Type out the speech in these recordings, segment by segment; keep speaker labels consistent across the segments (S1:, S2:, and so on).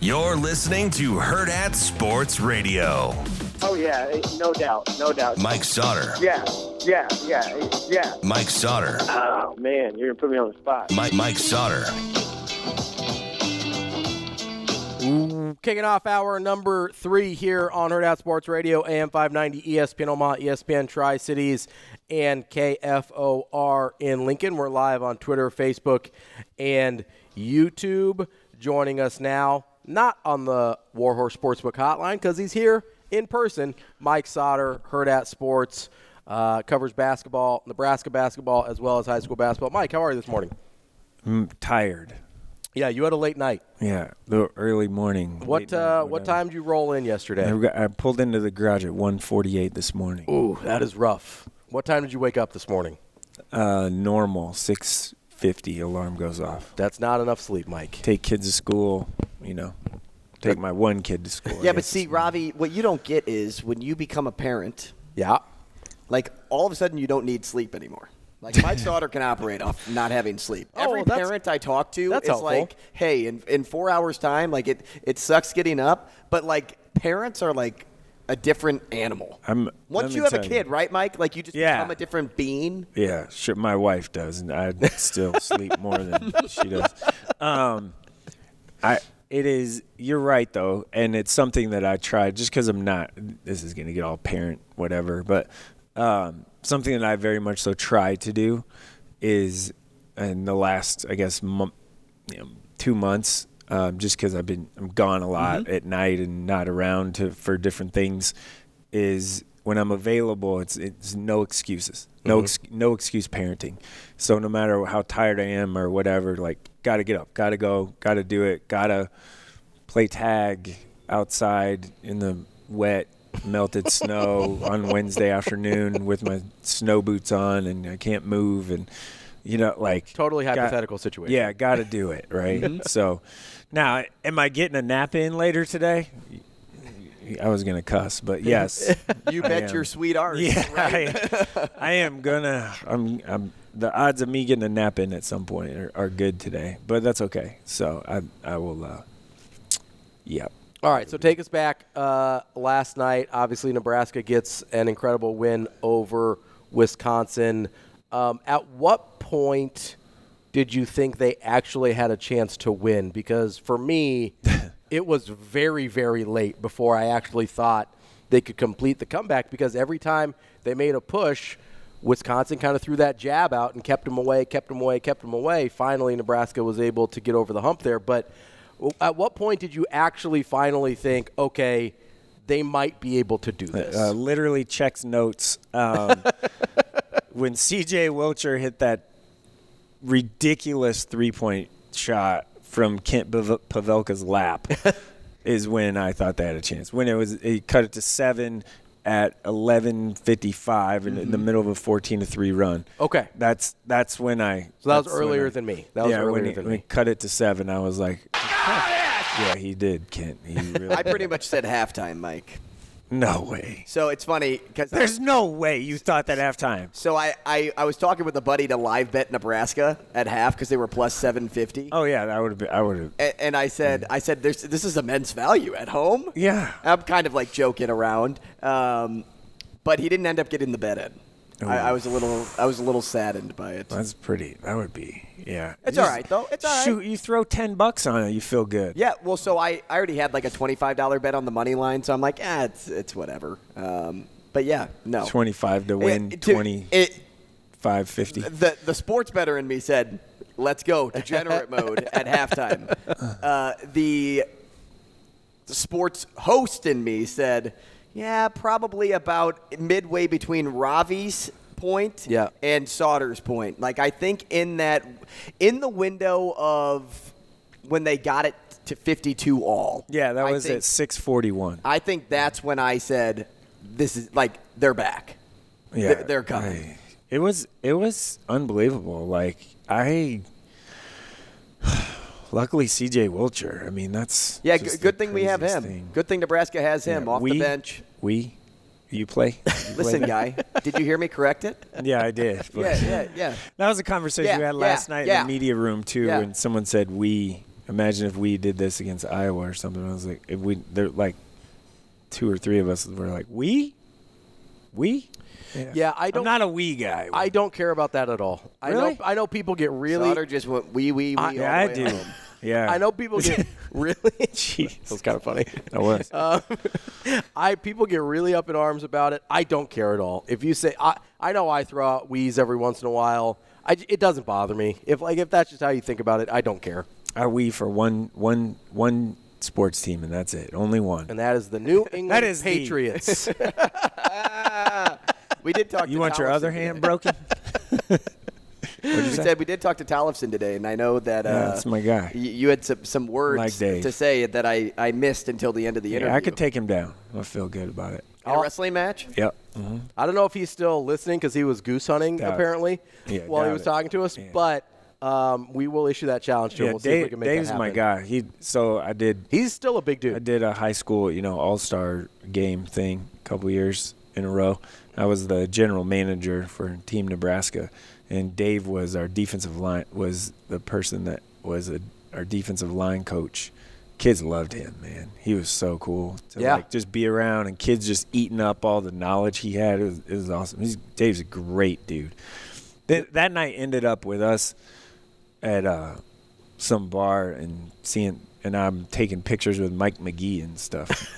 S1: You're listening to Herd at Sports Radio.
S2: Oh yeah, eh, no doubt, no doubt.
S1: Mike Sauter.
S2: Yeah, yeah, yeah, eh, yeah.
S1: Mike Sauter.
S3: Uh-huh.
S2: Oh man, you're gonna put me on the spot.
S1: Mike Mike Sauter.
S4: Kicking off hour number three here on Herd Out Sports Radio, AM 590, ESPN Omaha, E ESPN Tri Cities, and KFOR in Lincoln. We're live on Twitter, Facebook, and YouTube. Joining us now, not on the Warhorse Sportsbook Hotline because he's here in person. Mike Sauter, Herd Out Sports, uh, covers basketball, Nebraska basketball, as well as high school basketball. Mike, how are you this morning?
S5: I'm tired.
S4: Yeah, you had a late night.
S5: Yeah, the early morning.
S4: What
S5: late night,
S4: uh, what
S5: whatever.
S4: time did you roll in yesterday?
S5: I got- I pulled into the garage at 1:48 this morning.
S4: Ooh, that is rough. What time did you wake up this morning?
S5: Uh, normal 6:50 alarm goes off.
S4: That's not enough sleep, Mike.
S5: Take kids to school. You know, take my one kid to school. I
S3: Yeah, but
S5: guess.
S3: see, Ravi, what you don't get is when you become a parent,
S4: Yeah.
S3: like all of a sudden you don't need sleep anymore. Like my daughter can operate off not having sleep.
S4: Oh,
S3: Every
S4: well, that's-
S3: parent I talk to
S4: that's
S3: is
S4: helpful.
S3: like, "Hey, in in 4 hours time, like it it sucks getting up, but like parents are like a different animal."
S5: I'm- let
S3: Once
S5: me
S3: you have a
S5: tell you.
S3: kid, right, Mike? Like you just
S5: Yeah.
S3: become a different being.
S5: Yeah, sure, my wife does, and I still sleep more than she does. Um, I it is. You're right though, and it's something that I tried just because I'm not. This is gonna get all parent whatever, but um, something that I very much so try to do is in the last I guess month, you know, two months. Um, just because I've been I'm gone a lot at night and not around to for different things, is when I'm available, it's it's no excuses, no ex, no excuse parenting. So no matter how tired I am or whatever, like gotta get up, gotta go, gotta do it, gotta play tag outside in the wet melted snow on Wednesday afternoon with my snow boots on and I can't move and you know like
S4: Totally
S5: got-
S4: hypothetical situation.
S5: Yeah, gotta do it
S3: Mm-hmm.
S5: right. so now am I getting a nap in later today? I was gonna cuss, but yes,
S3: You
S5: I
S3: bet
S5: am.
S3: your sweetheart.
S5: Yeah, I, I am gonna. I'm. I'm. The odds of me getting a nap in at some point are, are good today, but that's okay. So I. I will. Uh, yep.
S4: All right, so take us back uh, last night. Obviously, Nebraska gets an incredible win over Wisconsin. Um, at what point did you think they actually had a chance to win? Because for me, it was very, very late before I actually thought they could complete the comeback because every time they made a push, Wisconsin kind of threw that jab out and kept them away, kept them away, kept them away. Finally, Nebraska was able to get over the hump there. But w- at what point did you actually finally think, okay, they might be able to do this?
S5: Uh, literally checks notes. Um, when CJ Wilcher hit that ridiculous three point shot Uh, from Kent Pav- Pavelka's lap, is when I thought they had a chance. When it was, he cut it to seven. at 11:55 in,
S3: Mm-hmm.
S5: in the middle of a 14 to 3 run.
S4: Okay.
S5: That's that's when I
S4: So that was
S5: that's when
S4: earlier
S5: I-
S4: than me. That was
S5: yeah, when
S4: earlier
S5: he,
S4: than
S5: when he
S4: me.
S5: cut it to 7, I was like Yeah, he did, Kent. He really
S3: I pretty much said halftime, Mike.
S5: No way.
S3: So it's funny because
S5: There's no way you thought that halftime.
S3: So I, I, I was talking with a buddy to live bet Nebraska at half because they were plus 750.
S5: Oh yeah, that would have been I would have
S3: And, and I said, I said, There's, this is immense value at home.
S5: Yeah.
S3: I'm kind of like joking around. Um, but he didn't end up getting the bet in. I, I was a little, I was a little saddened by it.
S5: That's pretty. That would be. Yeah.
S3: It's
S5: You
S3: all
S5: just-
S3: right, though. It's all right.
S5: Shoot, you throw 10 bucks on it, you feel good.
S3: Yeah, well, so I, I already had like a twenty-five dollar bet on the money line, so I'm like, ah, it's it's whatever. Um, but yeah, no.
S5: 25 to win,
S3: It- Eh, dude,
S5: 25
S3: it-
S5: 50.
S3: the the sports better in me said, "Let's go degenerate mode at halftime." Uh, the sports host in me said, "Yeah, probably about midway between Ravi's point
S4: Yeah.
S3: and Sauter's point. Like I think in that in the window of when they got it to 52 all.
S5: Yeah, that
S3: I
S5: was
S3: think-
S5: at 641.
S3: I think that's when I said, "This is like they're back.
S5: yeah.
S3: they're, they're
S5: I-
S3: coming."
S5: it was it was unbelievable. Like I luckily CJ Wilcher. I mean, that's
S3: Yeah,
S5: just
S3: g-
S5: the
S3: good thing we have him.
S5: craziest thing.
S3: Good thing Nebraska has him
S5: Yeah,
S3: off
S5: we-
S3: the bench.
S5: We you play? You play
S3: Listen,
S5: that?
S3: guy, did you hear me correct it?
S5: Yeah, I did. but-
S3: Yeah, yeah, yeah.
S5: That was a conversation
S3: Yeah,
S5: we had
S3: yeah,
S5: last night
S3: yeah.
S5: in the media room too,
S3: Yeah.
S5: when someone said we. Imagine if we did this against Iowa or something. I was like, if we, there like two or three of us were like, we, we.
S4: Yeah, I don't-
S5: I'm not a we guy.
S4: I don't care about that at all. I know
S5: Really?
S4: I know people get really
S3: Sauter just went wee wee wee. all the
S5: yeah, I
S3: way
S5: do.
S3: home.
S5: Yeah,
S4: I know people get really
S5: Jeez.
S4: That was kind of funny.
S5: That was.
S4: Uh, I people get really up in arms about it. I don't care at all. If you say I, I know I throw out wheeze every once in a while. I, it doesn't bother me. If like if that's just how you think about it, I don't care.
S5: I we for one, one, one sports team, and that's it. Only one.
S4: And that is the New England
S5: That is the-
S4: Patriots.
S3: We did talk.
S5: you
S3: to
S5: want your
S3: Tollefson
S5: other
S3: today.
S5: hand broken?
S3: We said we did talk to Tollefson today, and I know that uh,
S5: Yeah, that's my guy.
S3: y- you had some, some
S5: Like
S3: words
S5: Dave.
S3: to say that I, I missed until the end of the interview.
S5: Yeah, I could take him down. I feel good about it.
S3: In a wrestling match.
S5: Yep.
S4: Mm-hmm. I don't know if he's still listening because he was goose hunting
S5: Doubt it.
S4: apparently
S5: Yeah,
S4: while he
S5: doubt
S4: was
S5: it.
S4: talking to us.
S5: Yeah.
S4: But um, we will issue that challenge to him. We'll see if we can make that
S5: Dave's my
S4: happen.
S5: guy. He so I did.
S4: He's still a big dude.
S5: I did a high school, you know, all star game thing a couple years in a row. I was the general manager for Team Nebraska, and Dave was our defensive line was the person that was a, our defensive line coach. Kids loved him, man. He was so cool to
S4: Yeah.
S5: like just be around, and kids just eating up all the knowledge he had. It was, it was awesome. He's, Dave's a great dude. Th- that night ended up with us at uh, some bar and seeing, and I'm taking pictures with Mike McGee and stuff.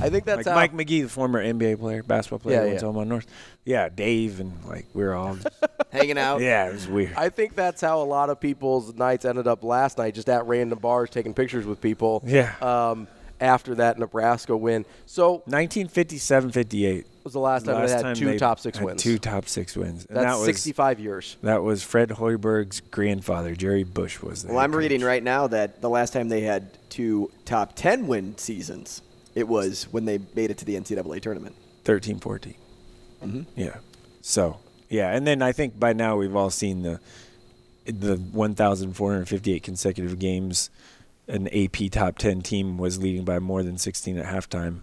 S4: I think that's
S5: like
S4: how.
S5: Mike McGee, the former NBA player, basketball player,
S4: Yeah,
S5: went
S4: yeah.
S5: to Omaha North. Yeah, Dave and like we were all. Just,
S3: Hanging out.
S5: yeah, it was weird.
S4: I think that's how a lot of people's nights ended up last night, just at random bars taking pictures with people.
S5: Yeah.
S4: Um, after that Nebraska win, so
S5: 1957, 58
S4: was the last time they had two top six wins.
S5: Two top six wins. And
S4: that's
S5: that was,
S4: 65 years.
S5: That was Fred Hoiberg's grandfather, Jerry Bush, was there.
S3: Well, I'm reading right now that the last time they had two top ten win seasons, it was when they made it to the NCAA tournament.
S5: 13, 14. Yeah. So, yeah. And then I think by now we've all seen the the 1,458 consecutive games an AP top 10 team was leading by more than 16 at halftime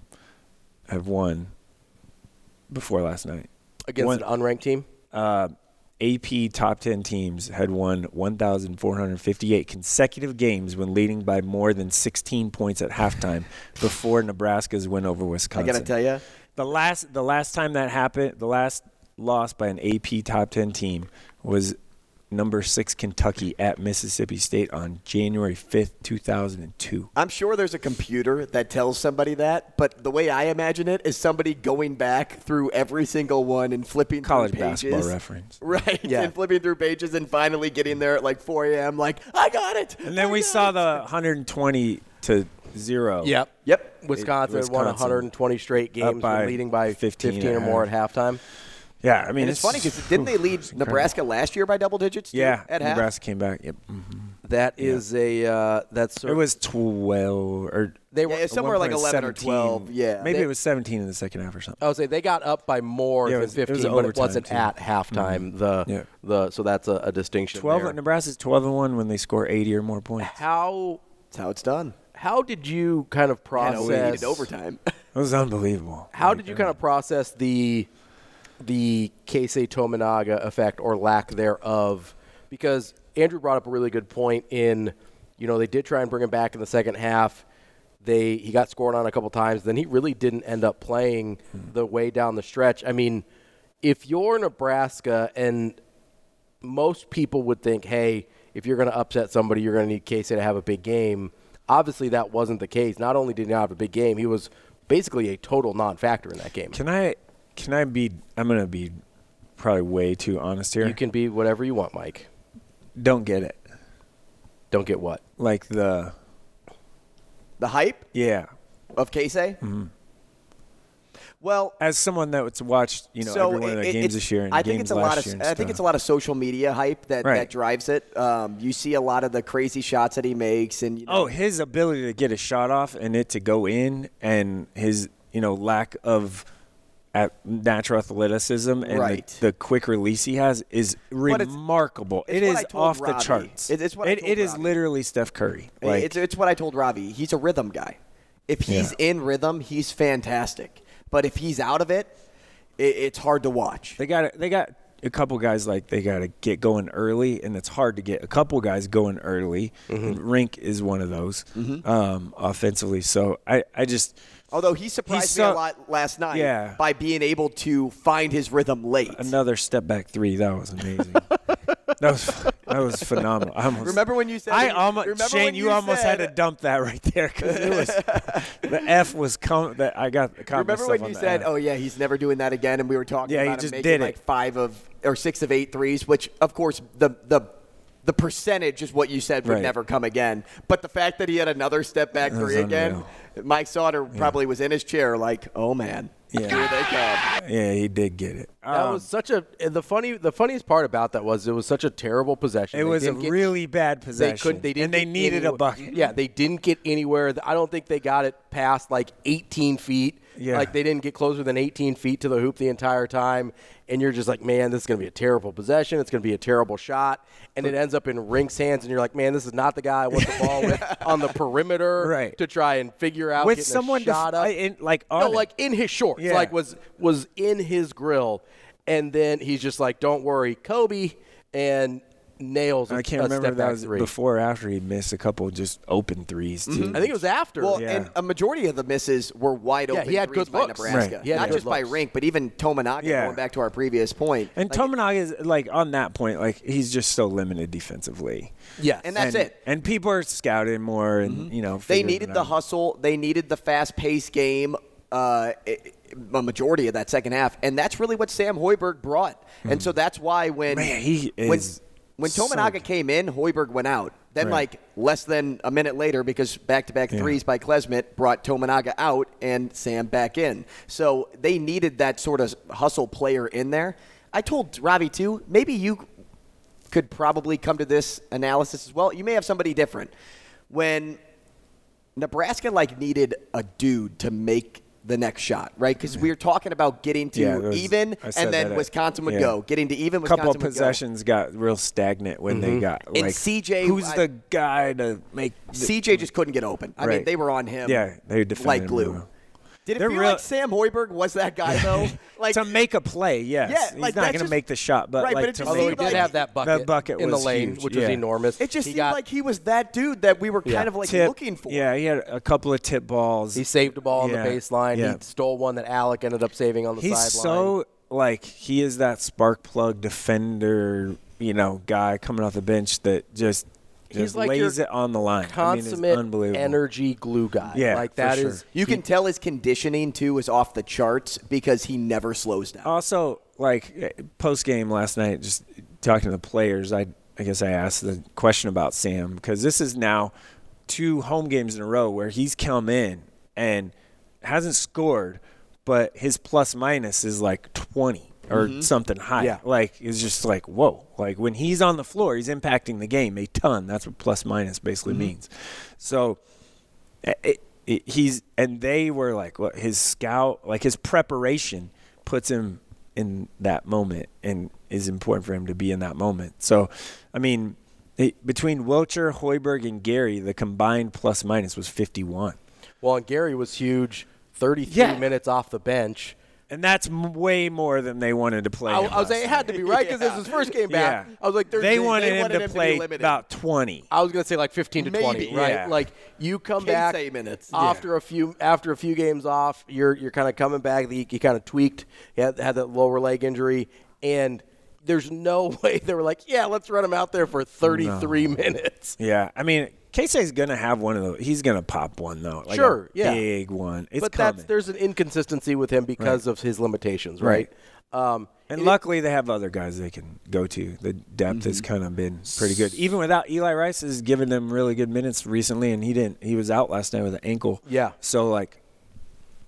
S5: have won before last night.
S4: Against
S5: One-
S4: an unranked team,
S5: AP top 10 teams had won 1,458 consecutive games when leading by more than 16 points at halftime before Nebraska's win over
S3: I
S5: Wisconsin.
S3: gotta tell you,
S5: The last the last time that happened, the last loss by an AP top 10 team was number 6 Kentucky at Mississippi State on January 5th, 2002.
S3: I'm sure there's a computer that tells somebody that, but the way I imagine it is somebody going back through every single one and flipping
S5: College
S3: through pages.
S5: basketball reference.
S3: Right,
S4: Yeah.
S3: and flipping through pages and finally getting there at like 4 a.m. Like, I got it.
S5: And then
S3: I
S5: we
S3: got
S5: saw
S3: it."
S5: the 120 to 0.
S4: Yep.
S3: Yep.
S4: Wisconsin, won
S5: Wisconsin.
S4: 120 straight games,
S5: by
S4: leading by
S5: 15
S4: 15 or
S5: at
S4: more at halftime.
S5: Yeah, I mean
S3: And it's funny because didn't they lead Nebraska last year by double digits? too,
S5: Yeah,
S3: at half.
S5: Nebraska came back. Yep. Mhm.
S4: That is a uh, that's
S5: It was twelve or
S4: They were- Yeah,
S5: at
S4: somewhere
S5: one
S4: like
S5: point
S4: 11 or
S5: 17.
S4: 12, yeah.
S5: maybe
S4: They-
S5: it was seventeen in the second half or something.
S3: Oh,
S4: I would say they got up by more
S5: Yeah, it
S4: than
S5: was- it was
S4: 15, but it
S5: overtime,
S4: wasn't
S5: too.
S4: at halftime.
S5: Mhm.
S4: The
S5: Yeah.
S4: the so that's a, a distinction.
S5: Twelve.
S4: there.
S5: Nebraska's twelve and one when they score eighty or more points.
S4: How
S3: That's how it's done.
S4: how did you kind of
S3: And
S4: process
S3: we needed overtime.
S5: It was unbelievable.
S4: How did you kind of process the the Keisei Tominaga effect or lack thereof? Because Andrew brought up a really good point in, you know, they did try and bring him back in the second half. They he got scored on a couple times, then he really didn't end up playing the way down the stretch. I mean, if you're Nebraska and most people would think, hey, if you're going to upset somebody, you're going to need Casey to have a big game. Obviously, that wasn't the case. Not only did he not have a big game, he was basically a total non-factor in that game.
S5: Can I? Can I be? I'm gonna be probably way too honest here.
S4: You can be whatever you want, Mike.
S5: Don't get it.
S4: Don't get what?
S5: Like the
S3: the hype
S5: yeah.
S3: of Casey.
S5: Mhm.
S3: Well,
S5: As someone that's watched, you know, every one of
S3: it-
S5: their
S3: it-
S5: games
S3: it's-
S5: this year and
S3: I
S5: games
S3: think it's a
S5: last
S3: lot of
S5: year. and
S3: I think it's a
S5: stuff.
S3: lot of social media hype that,
S5: Right.
S3: that drives it. Um, you see a lot of the crazy shots that he makes, and you know,
S5: Oh, his ability to get a shot off and it to go in, and his you know lack of at natural athleticism and the-
S3: Right.
S5: the, quick release he has is
S3: it's-
S5: remarkable.
S3: it's
S5: It
S3: what I
S5: is
S3: told
S5: off the
S3: Robbie.
S5: charts.
S3: It- it's what I
S5: it,
S3: told
S5: it is
S3: Robbie.
S5: literally Steph Curry.
S3: I-
S5: Like,
S3: it's it's what I told Robbie. He's a rhythm guy. If he's in rhythm, he's fantastic. But if he's out of it, it it's hard to watch.
S5: They got they got a couple guys like they got to get going early, and it's hard to get a couple guys going early.
S3: Mm-hmm.
S5: Rink is one of those um, offensively. So I I just
S3: Although he surprised
S5: He's
S3: me
S5: so-
S3: a lot last night
S5: Yeah.
S3: by being able to find his rhythm late.
S5: another step back three that was amazing. that was that was phenomenal. I almost,
S3: Remember when you said
S5: I
S3: when you-
S5: almost
S3: remember
S5: Shane
S3: when
S5: you,
S3: you
S5: almost had
S3: said-
S5: to dump that right there because it was the F was coming that I got caught
S3: Remember
S5: myself
S3: when
S5: on
S3: you
S5: the
S3: said,
S5: F.
S3: "Oh yeah, he's never doing that again," and we were talking
S5: Yeah, he
S3: about him
S5: just
S3: making
S5: did it.
S3: like five of or six of eight threes, which of course the the the percentage is what you said would
S5: Right.
S3: never come again. But the fact that he had another step back
S5: That was
S3: three again, Mike Sauter probably was in his chair like, "Oh man, here
S5: yeah
S3: they come."
S5: yeah he did get it
S4: that was such a the funny the funniest part about that was it was such a terrible possession.
S5: it
S4: They
S5: was a
S4: didn't get-
S5: really bad
S4: they
S5: possession
S4: couldn't they didn't
S5: and they
S4: get
S5: needed a
S4: anywhere-
S5: bucket
S4: Yeah, they didn't get anywhere. I don't think they got it past like 18 feet.
S5: Yeah.
S4: Like they didn't get closer than 18 feet to the hoop the entire time. And you're just like, man, this is going to be a terrible possession. It's going to be a terrible shot. And it ends up in Rink's hands. And you're like, man, this is not the guy I want the ball with on the perimeter
S5: Right.
S4: to try and figure out
S5: with
S4: getting a
S5: someone to-
S4: shot up.
S5: I- in- like
S4: No,
S5: on it.
S4: like in his shorts,
S5: Yeah.
S4: like was was in his grill, and then he's just like, "Don't worry, Kobe," and nails. a-
S5: I can't
S4: a
S5: remember
S4: step
S5: if that
S4: back
S5: was
S4: three.
S5: before or after he missed a couple just open threes too.
S4: Mm-hmm. I think it was after.
S3: Well,
S5: Yeah.
S3: and a majority of the misses were wide
S4: Yeah,
S3: open
S4: he had
S3: threes
S4: good
S3: by
S4: looks.
S3: Nebraska,
S5: Right.
S4: He had
S3: not
S4: good
S3: just by
S4: looks.
S3: Rink, but even Tominaga.
S5: Yeah.
S3: Going back to our previous point,
S5: And
S3: Like,
S5: Tominaga is like on that point, like he's just so limited defensively.
S4: yes,
S3: and that's
S5: and,
S3: it. Mm-hmm.
S5: And people are scouting more, and you know
S3: They
S5: figuring it
S3: needed the
S5: out.
S3: hustle. They needed the fast-paced game. Uh, it- a majority of that second half, and that's really what Sam Hoiberg brought. And so that's why when
S5: Mm-hmm. Man, he
S3: when
S5: is
S3: when
S5: so
S3: Tominaga
S5: good.
S3: came in, Hoiberg went out. Then
S5: Right.
S3: like less than a minute later, because back-to-back threes by Klesmet brought Tominaga out and Sam back in. So they needed that sort of hustle player in there. I told Robbie too. Maybe you could probably come to this analysis as well. You may have somebody different. When Nebraska like needed a dude to make the next shot, right? Because we were talking about getting to
S5: Yeah, there was-
S3: even,
S5: I said
S3: and then
S5: that, uh,
S3: Wisconsin would
S5: yeah.
S3: go. Getting to even,
S5: A couple
S3: Wisconsin
S5: of possessions got real stagnant when
S4: Mm-hmm.
S5: they got like
S3: And CJ
S5: Who's
S3: I-
S5: the guy to make?
S3: would go. CJ just couldn't get open. I mean,
S5: Right.
S3: they were on him.
S5: Yeah, they defended
S3: like
S5: him
S3: glue.
S5: really well.
S3: Did it
S5: They're
S3: feel
S5: real-
S3: like Sam Hoiberg was that guy though? Like
S5: to make a play, yes.
S3: Yeah,
S5: he's
S3: like,
S5: not
S3: that's
S5: going to
S3: just-
S5: make the shot, but
S3: right,
S5: like
S3: but it
S5: to
S3: just
S5: make
S4: although he
S3: seemed
S5: the-
S4: did
S3: like-
S4: have that bucket,
S5: That bucket
S4: in the
S5: was
S4: lane,
S5: huge,
S4: which was
S5: yeah.
S4: enormous.
S3: it just
S4: he
S3: seemed
S4: got,
S3: like he was that dude that we were
S4: Yeah.
S3: kind of like
S5: Tip-
S3: looking for.
S5: Yeah, he had a couple of tip balls.
S4: he saved a ball on
S5: Yeah,
S4: the baseline.
S5: yeah.
S4: He stole one that Alec ended up saving on the
S5: He's
S4: sideline.
S5: so like he is that spark plug defender, you know, guy coming off the bench that just
S4: He's
S5: just
S4: like
S5: lays
S4: your
S5: it on the line. I mean,
S4: consummate
S5: it's unbelievable.
S4: energy glue guy.
S5: Yeah,
S4: like
S5: for
S4: that is.
S5: sure.
S3: You can tell his conditioning too is off the charts because he never slows down.
S5: Also, like post game last night, just talking to the players, I I guess I asked the question about Sam because this is now two home games in a row where he's come in and hasn't scored, but his plus minus is like twenty. or
S3: Mhm.
S5: something high.
S3: Yeah.
S5: Like it's just like whoa. Like when he's on the floor, he's impacting the game a ton. That's what plus minus basically
S3: Mhm.
S5: means. So it, it, he's and they were like what his scout like his preparation puts him in that moment and is important for him to be in that moment. So I mean it, between Wilcher, Hoiberg and Gary, the combined plus minus was 51.
S4: Well, and Gary was huge, 33 minutes off the bench.
S5: And that's m- way more than they wanted to play.
S4: I,
S5: him
S4: I was
S5: last
S4: like, it had to be right because this was his first game back.
S5: Yeah.
S4: I was like,
S5: They
S4: there's-
S5: wanted him to play
S4: limited.
S5: about 20.
S4: I was gonna say like 15 to 20,
S5: Maybe,
S4: right?
S5: yeah.
S4: Like you come
S3: Can't
S4: back
S3: say minutes.
S4: after a few after a few games off. You're you're kind of coming back. You, you kind of tweaked. You had, had that lower leg injury, and there's no way they were like, yeah, let's run him out there for 33 minutes.
S5: Yeah, I mean, Casey's gonna have one of those. He's gonna pop one though. Like
S4: Sure,
S5: a
S4: yeah.
S5: big one. It's
S4: but
S5: coming.
S4: that's there's an inconsistency with him because of his limitations, right? Um,
S5: and luckily, they have other guys they can go to. The depth has
S3: Mm-hmm.
S5: kind of been pretty good, even without Eli Rice has given them really good minutes recently, and he didn't. He was out last night with an ankle.
S3: Yeah.
S5: So like,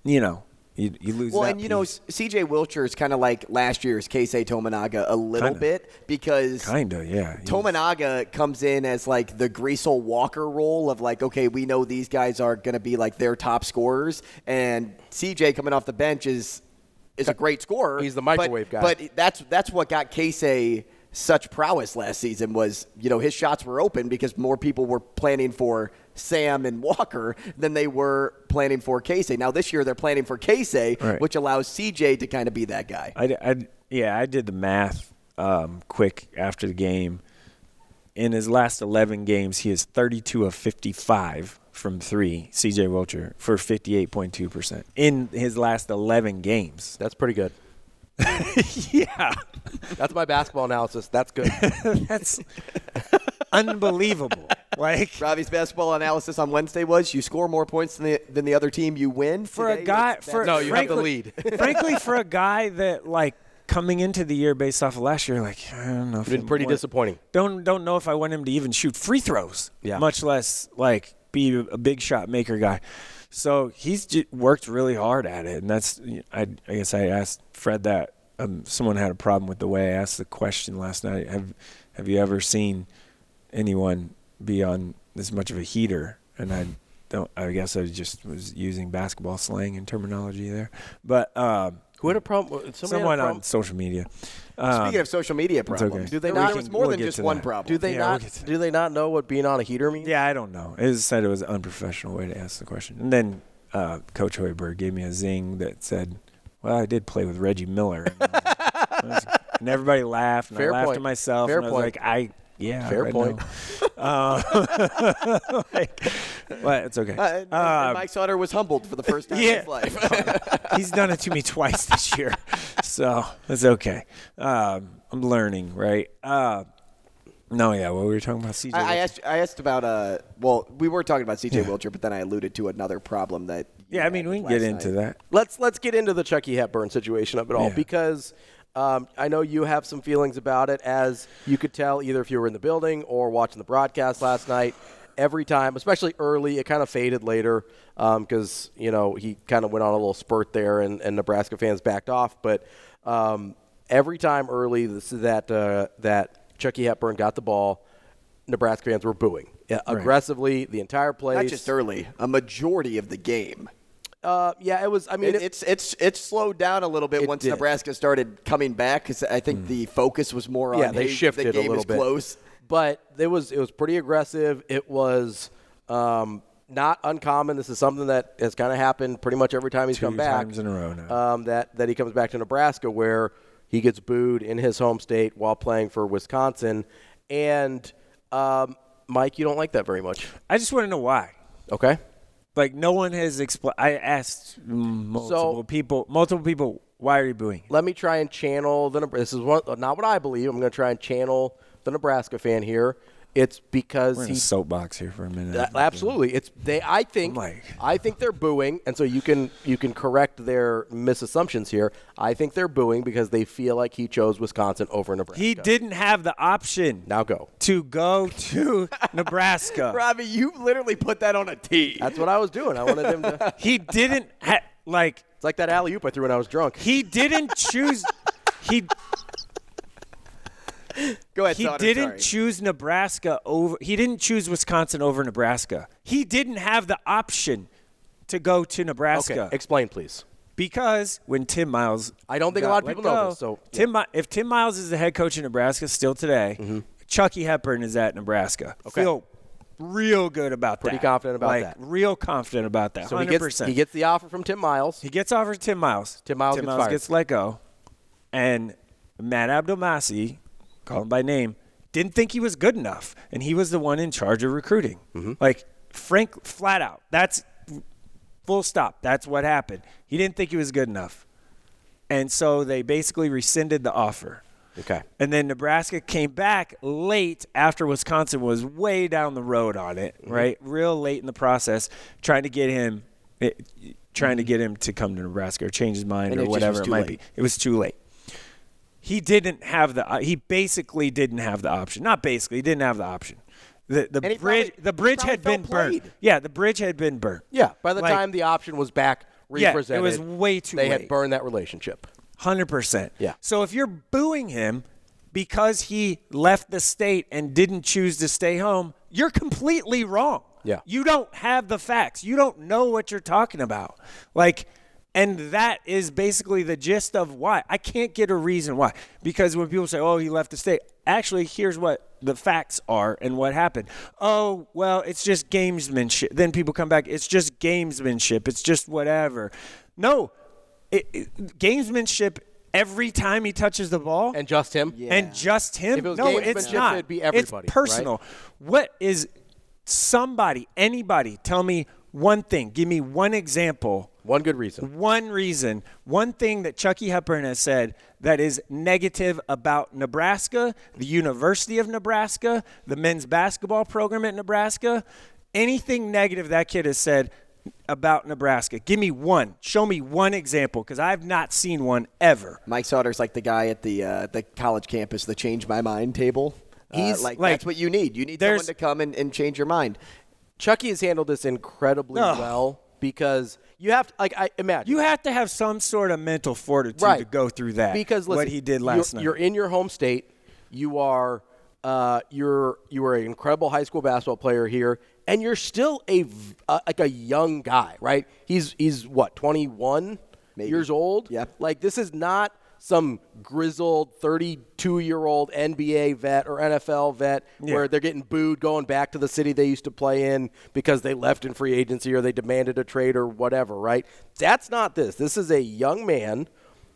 S5: you know, you, you lose.
S3: Well,
S5: that
S3: and you know,
S5: piece.
S3: S- CJ Wilcher is kind of like last year's Keisei Tominaga a little
S5: Kinda.
S3: bit because
S5: kinda, yeah. He-
S3: Tominaga comes in as like the Greasel Walker role of like, okay, we know these guys are going to be like their top scorers, and CJ coming off the bench is is a great scorer.
S4: He's the
S3: but-
S4: microwave guy.
S3: But that's that's what got Casey such prowess last season was you know his shots were open because more people were planning for Sam and Walker than they were planning for Casey. Now this year they're planning for Casey,
S5: Right.
S3: which allows CJ to kind of be that guy.
S5: I, I yeah, I did the math um, quick after the game. In his last 11 games, he is 32 of 55 from three. C.J. Wilcher for 58.2 percent in his last 11 games.
S4: That's pretty good.
S5: yeah,
S4: that's my basketball analysis. That's good.
S5: that's unbelievable. Like
S3: Robbie's basketball analysis on Wednesday was: you score more points than the, than the other team, you win.
S5: for a
S3: Today,
S5: guy
S3: it's that-
S5: for frankly, for a guy that like coming into the year based off of last year, like I don't know, if
S4: Been
S5: I
S4: pretty
S5: want-
S4: disappointing.
S5: Don't don't know if I want him to even shoot free throws.
S4: Yeah.
S5: Much less like be a big shot maker guy. So he's j- worked really hard at it, and that's I, I guess I asked Fred that um, someone had a problem with the way I asked the question last night. Have Have you ever seen anyone be on this much of a heater? And I don't. I guess I just was using basketball slang and terminology there. But um,
S4: who had a problem? somebody had a
S5: Someone
S4: problem-
S5: on social media.
S3: Speaking of social media problems, do they not? It was more than just one problem.
S4: Um, Do they not? do they not know what being on a heater means?
S5: Yeah, I don't know. It was said it was an unprofessional way to ask the question. And then uh, Coach Hoiberg gave me a zing that said, "Well, I did play with Reggie Miller," and, I was- and everybody laughed. And
S4: Fair
S5: I laughed
S4: point.
S5: to myself.
S4: Fair
S5: and I was
S4: point.
S5: like, "I yeah,
S4: Fair
S5: I
S4: point.
S5: know. Uh, like, well, it's okay.
S3: Uh, and-
S5: Um,
S3: and Mike Sutter was humbled for the first time in his life.
S5: He's done it to me twice this year, so it's okay. Um, I'm learning, right? Uh, no, yeah. What we were talking about, CJ.
S3: I, I asked. I asked about. Uh, well, we were talking about CJ Wilcher, but then I alluded to another problem that.
S5: yeah, I mean, we can get into that.
S4: Let's let's get into the Chucky Hepburn situation of it all
S5: Yeah.
S4: because um, I know you have some feelings about it, as you could tell either if you were in the building or watching the broadcast last night. Every time, especially early, it kind of faded later because you know he kind of went on a little spurt there, and, and Nebraska fans backed off. But um, every time early, this that uh, that Chucky Hepburn got the ball, Nebraska fans were booing yeah,
S3: Right.
S4: aggressively the entire play.
S3: Not just early, a majority of the game.
S4: Uh, yeah, it was. I mean,
S3: It- it's it's it's slowed down a little bit once
S4: did.
S3: Nebraska started coming back because I think the focus was more on
S4: yeah, they
S3: hey,
S4: shifted
S3: the game
S4: a little
S3: is
S4: bit.
S3: close.
S4: But it was it was pretty aggressive. It was um, not uncommon. This is something that has kind of happened pretty much every time he's
S5: Two
S4: come back.
S5: times in a row now.
S4: Um, that that he comes back to Nebraska where he gets booed in his home state while playing for Wisconsin. And um, Mike, you don't like that very much.
S5: I just want to know why.
S4: Okay.
S5: Like no one has explained. I asked multiple people, multiple people, why are you booing?
S4: Let me try and channel the. Nebr- This is one, not what I believe. I'm going to try and channel the Nebraska fan here. It's because
S5: We're in
S4: he
S5: a soapbox here for a minute.
S4: That- absolutely, it's they. I think
S5: Oh
S4: I think they're booing, and so you can you can correct their misassumptions here. I think they're booing because they feel like he chose Wisconsin over Nebraska.
S5: He didn't have the option.
S4: Now go
S5: to go to Nebraska.
S3: Robbie, you literally put that on a tee.
S4: That's what I was doing. I wanted him to.
S5: He didn't ha- like.
S4: It's like that alley oop I threw when I was drunk.
S5: He didn't choose. he
S3: Go ahead.
S5: he
S3: Sauter,
S5: didn't
S3: sorry.
S5: choose Nebraska over. He didn't choose Wisconsin over Nebraska. He didn't have the option to go to Nebraska.
S4: Okay, explain, please.
S5: because when Tim Miles,
S4: I don't think a
S5: got
S4: lot of
S5: let
S4: people know this, so-
S5: Tim, Mi- if Tim Miles is the head coach in Nebraska still today, Chucky Hepburn is at Nebraska.
S4: Mm-hmm. Okay.
S5: Feel real good about
S4: Pretty
S5: that.
S4: confident about
S5: Like,
S4: that.
S5: Real confident about that.
S4: So he
S5: 100%.
S4: gets, he gets the offer from Tim Miles.
S5: He gets offered Tim Miles.
S4: Tim Miles
S5: Tim
S4: gets
S5: Miles
S4: fired.
S5: gets let go, and Matt Abdelmassi, call him by name, didn't think he was good enough, and he was the one in charge of recruiting.
S4: Mm-hmm.
S5: Like Frank, flat out. That's full stop. That's what happened. He didn't think he was good enough, and so they basically rescinded the offer.
S4: Okay.
S5: And then Nebraska came back late after Wisconsin was way down the road on it,
S3: Mm-hmm.
S5: right? Real late in the process, trying to get him, it, trying to get him to come to Nebraska or change his mind
S3: Mm-hmm. And it
S5: or
S3: just
S5: whatever
S3: was
S5: it
S3: too
S5: might
S3: late.
S5: be. It was too late. He didn't have the. He basically didn't have the option. Not basically, he didn't have the option. The the
S3: And he
S5: bridge
S3: probably-
S5: the
S3: he
S5: bridge
S3: probably
S5: had
S3: felt
S5: been burnt.
S3: played.
S5: Yeah, the bridge had been burnt.
S4: Yeah. By the
S5: Like,
S4: time the option was back
S5: Yeah, it was
S4: represented,
S5: way too
S4: They had
S5: late.
S4: burned that relationship.
S5: Hundred percent.
S4: Yeah.
S5: So if you're booing him because he left the state and didn't choose to stay home, you're completely wrong.
S4: Yeah.
S5: You don't have the facts. You don't know what you're talking about. Like, and that is basically the gist of why I can't get a reason why. Because when people say, "Oh, he left the state," actually, here's what the facts are and what happened. Oh, well, it's just gamesmanship. Then people come back. It's just gamesmanship. It's just whatever. No, it, it- gamesmanship every time he touches the ball
S4: And just him? Yeah.
S5: and just him.
S4: If it was
S5: no, it's
S4: gamesmanship,
S5: not.
S4: it'd be everybody,
S5: it's personal. What is somebody, anybody, tell me one thing? Give me one example,
S4: One good reason.
S5: one reason, one thing that Chucky Hepburn has said that is negative about Nebraska, the University of Nebraska, the men's basketball program at Nebraska. Anything negative that kid has said about Nebraska. Give me one. Show me one example because I've not seen one ever.
S3: Mike Sauter's like the guy at the uh, the college campus, the change my mind table. Uh,
S5: He's
S3: like,
S5: like-
S3: that's what you need. You need someone
S5: there's-
S3: to come and, and change your mind.
S4: Chucky has handled this incredibly
S5: Ugh.
S4: well because you have to, like, I imagine.
S5: You have to have some sort of mental fortitude to go through that.
S4: Because listen,
S5: what he did
S4: you're-
S5: last night.
S4: You're in your home state. You are uh, you're you are an incredible high school basketball player here, and you're still a v- uh, like a young guy, right? He's he's what 21
S3: Maybe.
S4: years old.
S3: Yep.
S4: Like this is not some grizzled 32 year old NBA vet or NFL vet where they're getting booed going back to the city they used to play in because they left in free agency or they demanded a trade or whatever, right? That's not this. This is a young man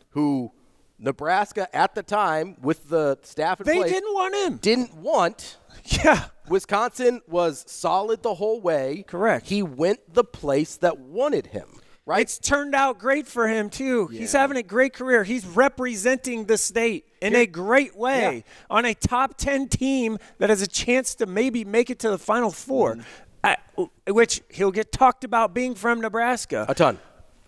S4: who Nebraska at the time with the staff in
S5: They
S4: place
S5: didn't want him.
S4: didn't want.
S5: yeah.
S4: Wisconsin was solid the whole way.
S5: Correct.
S4: He went the place that wanted him. Right?
S5: It's turned out great for him too. He's having a great career. He's representing the state in a great way on a top 10 team that has a chance to maybe make it to the final 4.
S4: Mm-hmm.
S5: I- which he'll get talked about being from Nebraska.
S4: a ton.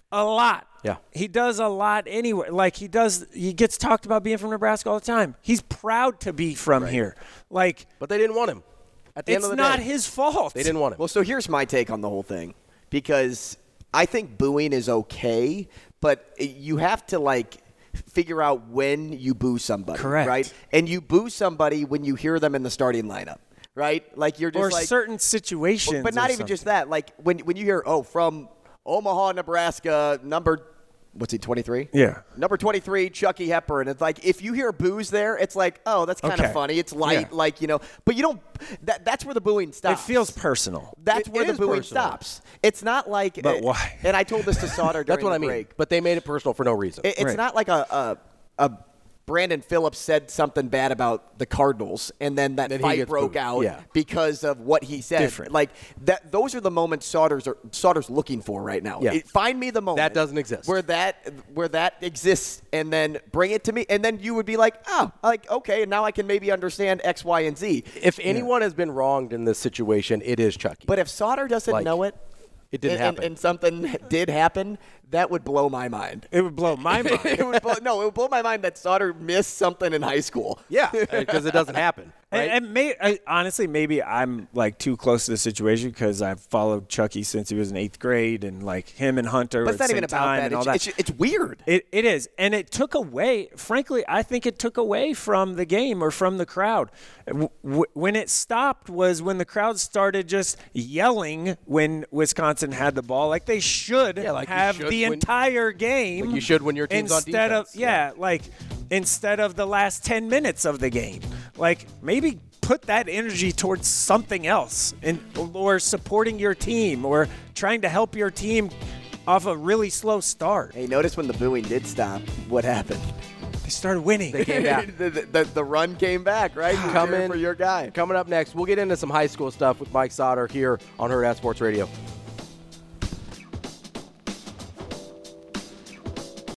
S5: a lot.
S4: Yeah.
S5: He does a lot anyway. Like he does he gets talked about being from Nebraska all the time. He's proud to be from here. Like
S4: But they didn't want him. At the end
S5: it's
S4: of the
S5: not
S4: day,
S5: his fault.
S4: they didn't want him.
S3: Well, so here's my take on the whole thing because I think booing is okay, but you have to like figure out when you boo somebody,
S5: Correct.
S3: right? And you boo somebody when you hear them in the starting lineup, right? Like you're just
S5: or
S3: like
S5: certain situations.
S3: But
S5: or
S3: not even just
S5: something.
S3: that. Like when when you hear, oh, from Omaha, Nebraska, number what's he, twenty three?
S5: Yeah.
S3: Number twenty three, Chucky Hepburn. It's like if you hear booze there, it's like, oh, that's kind of
S5: Okay.
S3: funny. It's light,
S5: Yeah.
S3: like you know. But you don't. That, that's where the booing
S5: It
S3: stops.
S5: feels personal.
S3: That's
S4: It
S3: where the
S4: is
S3: booing
S4: personal.
S3: stops. It's not like.
S5: But why?
S3: And I told this to Sauter during
S4: That's what
S3: the
S4: I mean.
S3: break.
S4: But they made it personal for no reason.
S3: It- it's
S5: Right.
S3: not like a, a a Brandon Phillips said something bad about the Cardinals, and then that
S4: Then he
S3: fight
S4: gets
S3: broke
S4: booed.
S3: out
S4: Yeah.
S3: because of what he said.
S5: Different.
S3: Like that. Those are the moments Sauter's are, Sauter's looking for right now.
S4: Yeah.
S3: It- find me the moment
S4: That doesn't exist.
S3: where that where that exists, and then bring it to me, and then you would be like, oh, like okay, now I can maybe understand X, Y, and Z.
S4: if anyone has been wronged in this situation, it is Chucky.
S3: But if Sauter doesn't
S4: Like,
S3: know it,
S4: it didn't
S3: and,
S4: happen.
S3: and, and something did happen, That would blow my mind.
S5: It would blow my mind.
S3: it would blow, no, it would blow my mind that Sauter missed something in high school.
S4: Yeah, because it doesn't happen. Right?
S5: And, and may, I, honestly, maybe I'm like too close to the situation because I've followed Chucky since he was in eighth grade, and like him and Hunter.
S3: But it's
S5: at
S3: not
S5: the
S3: even
S5: same
S3: about
S5: time
S3: that.
S5: and all
S3: It's,
S5: that.
S3: It's, it's weird.
S5: It, it is. And it took away, frankly, I think it took away from the game or from the crowd. W- w- when it stopped was when the crowd started just yelling when Wisconsin had the ball, like they should
S4: like you
S5: have
S4: should
S5: the
S4: when-
S5: entire game.
S4: like you should when your team's on
S5: instead
S4: defense.
S5: Of, yeah, like instead of the last 10 minutes of the game. Like maybe put that energy towards something else and or supporting your team or trying to help your team off a really slow start.
S3: Hey, notice when the booing did stop, what happened?
S5: They started winning.
S3: the, the, the, the run came back, right? You're cheering
S4: Coming
S3: for your guy.
S4: Coming up next, we'll get into some high school stuff with Mike Sauter here on Herd at Sports Radio.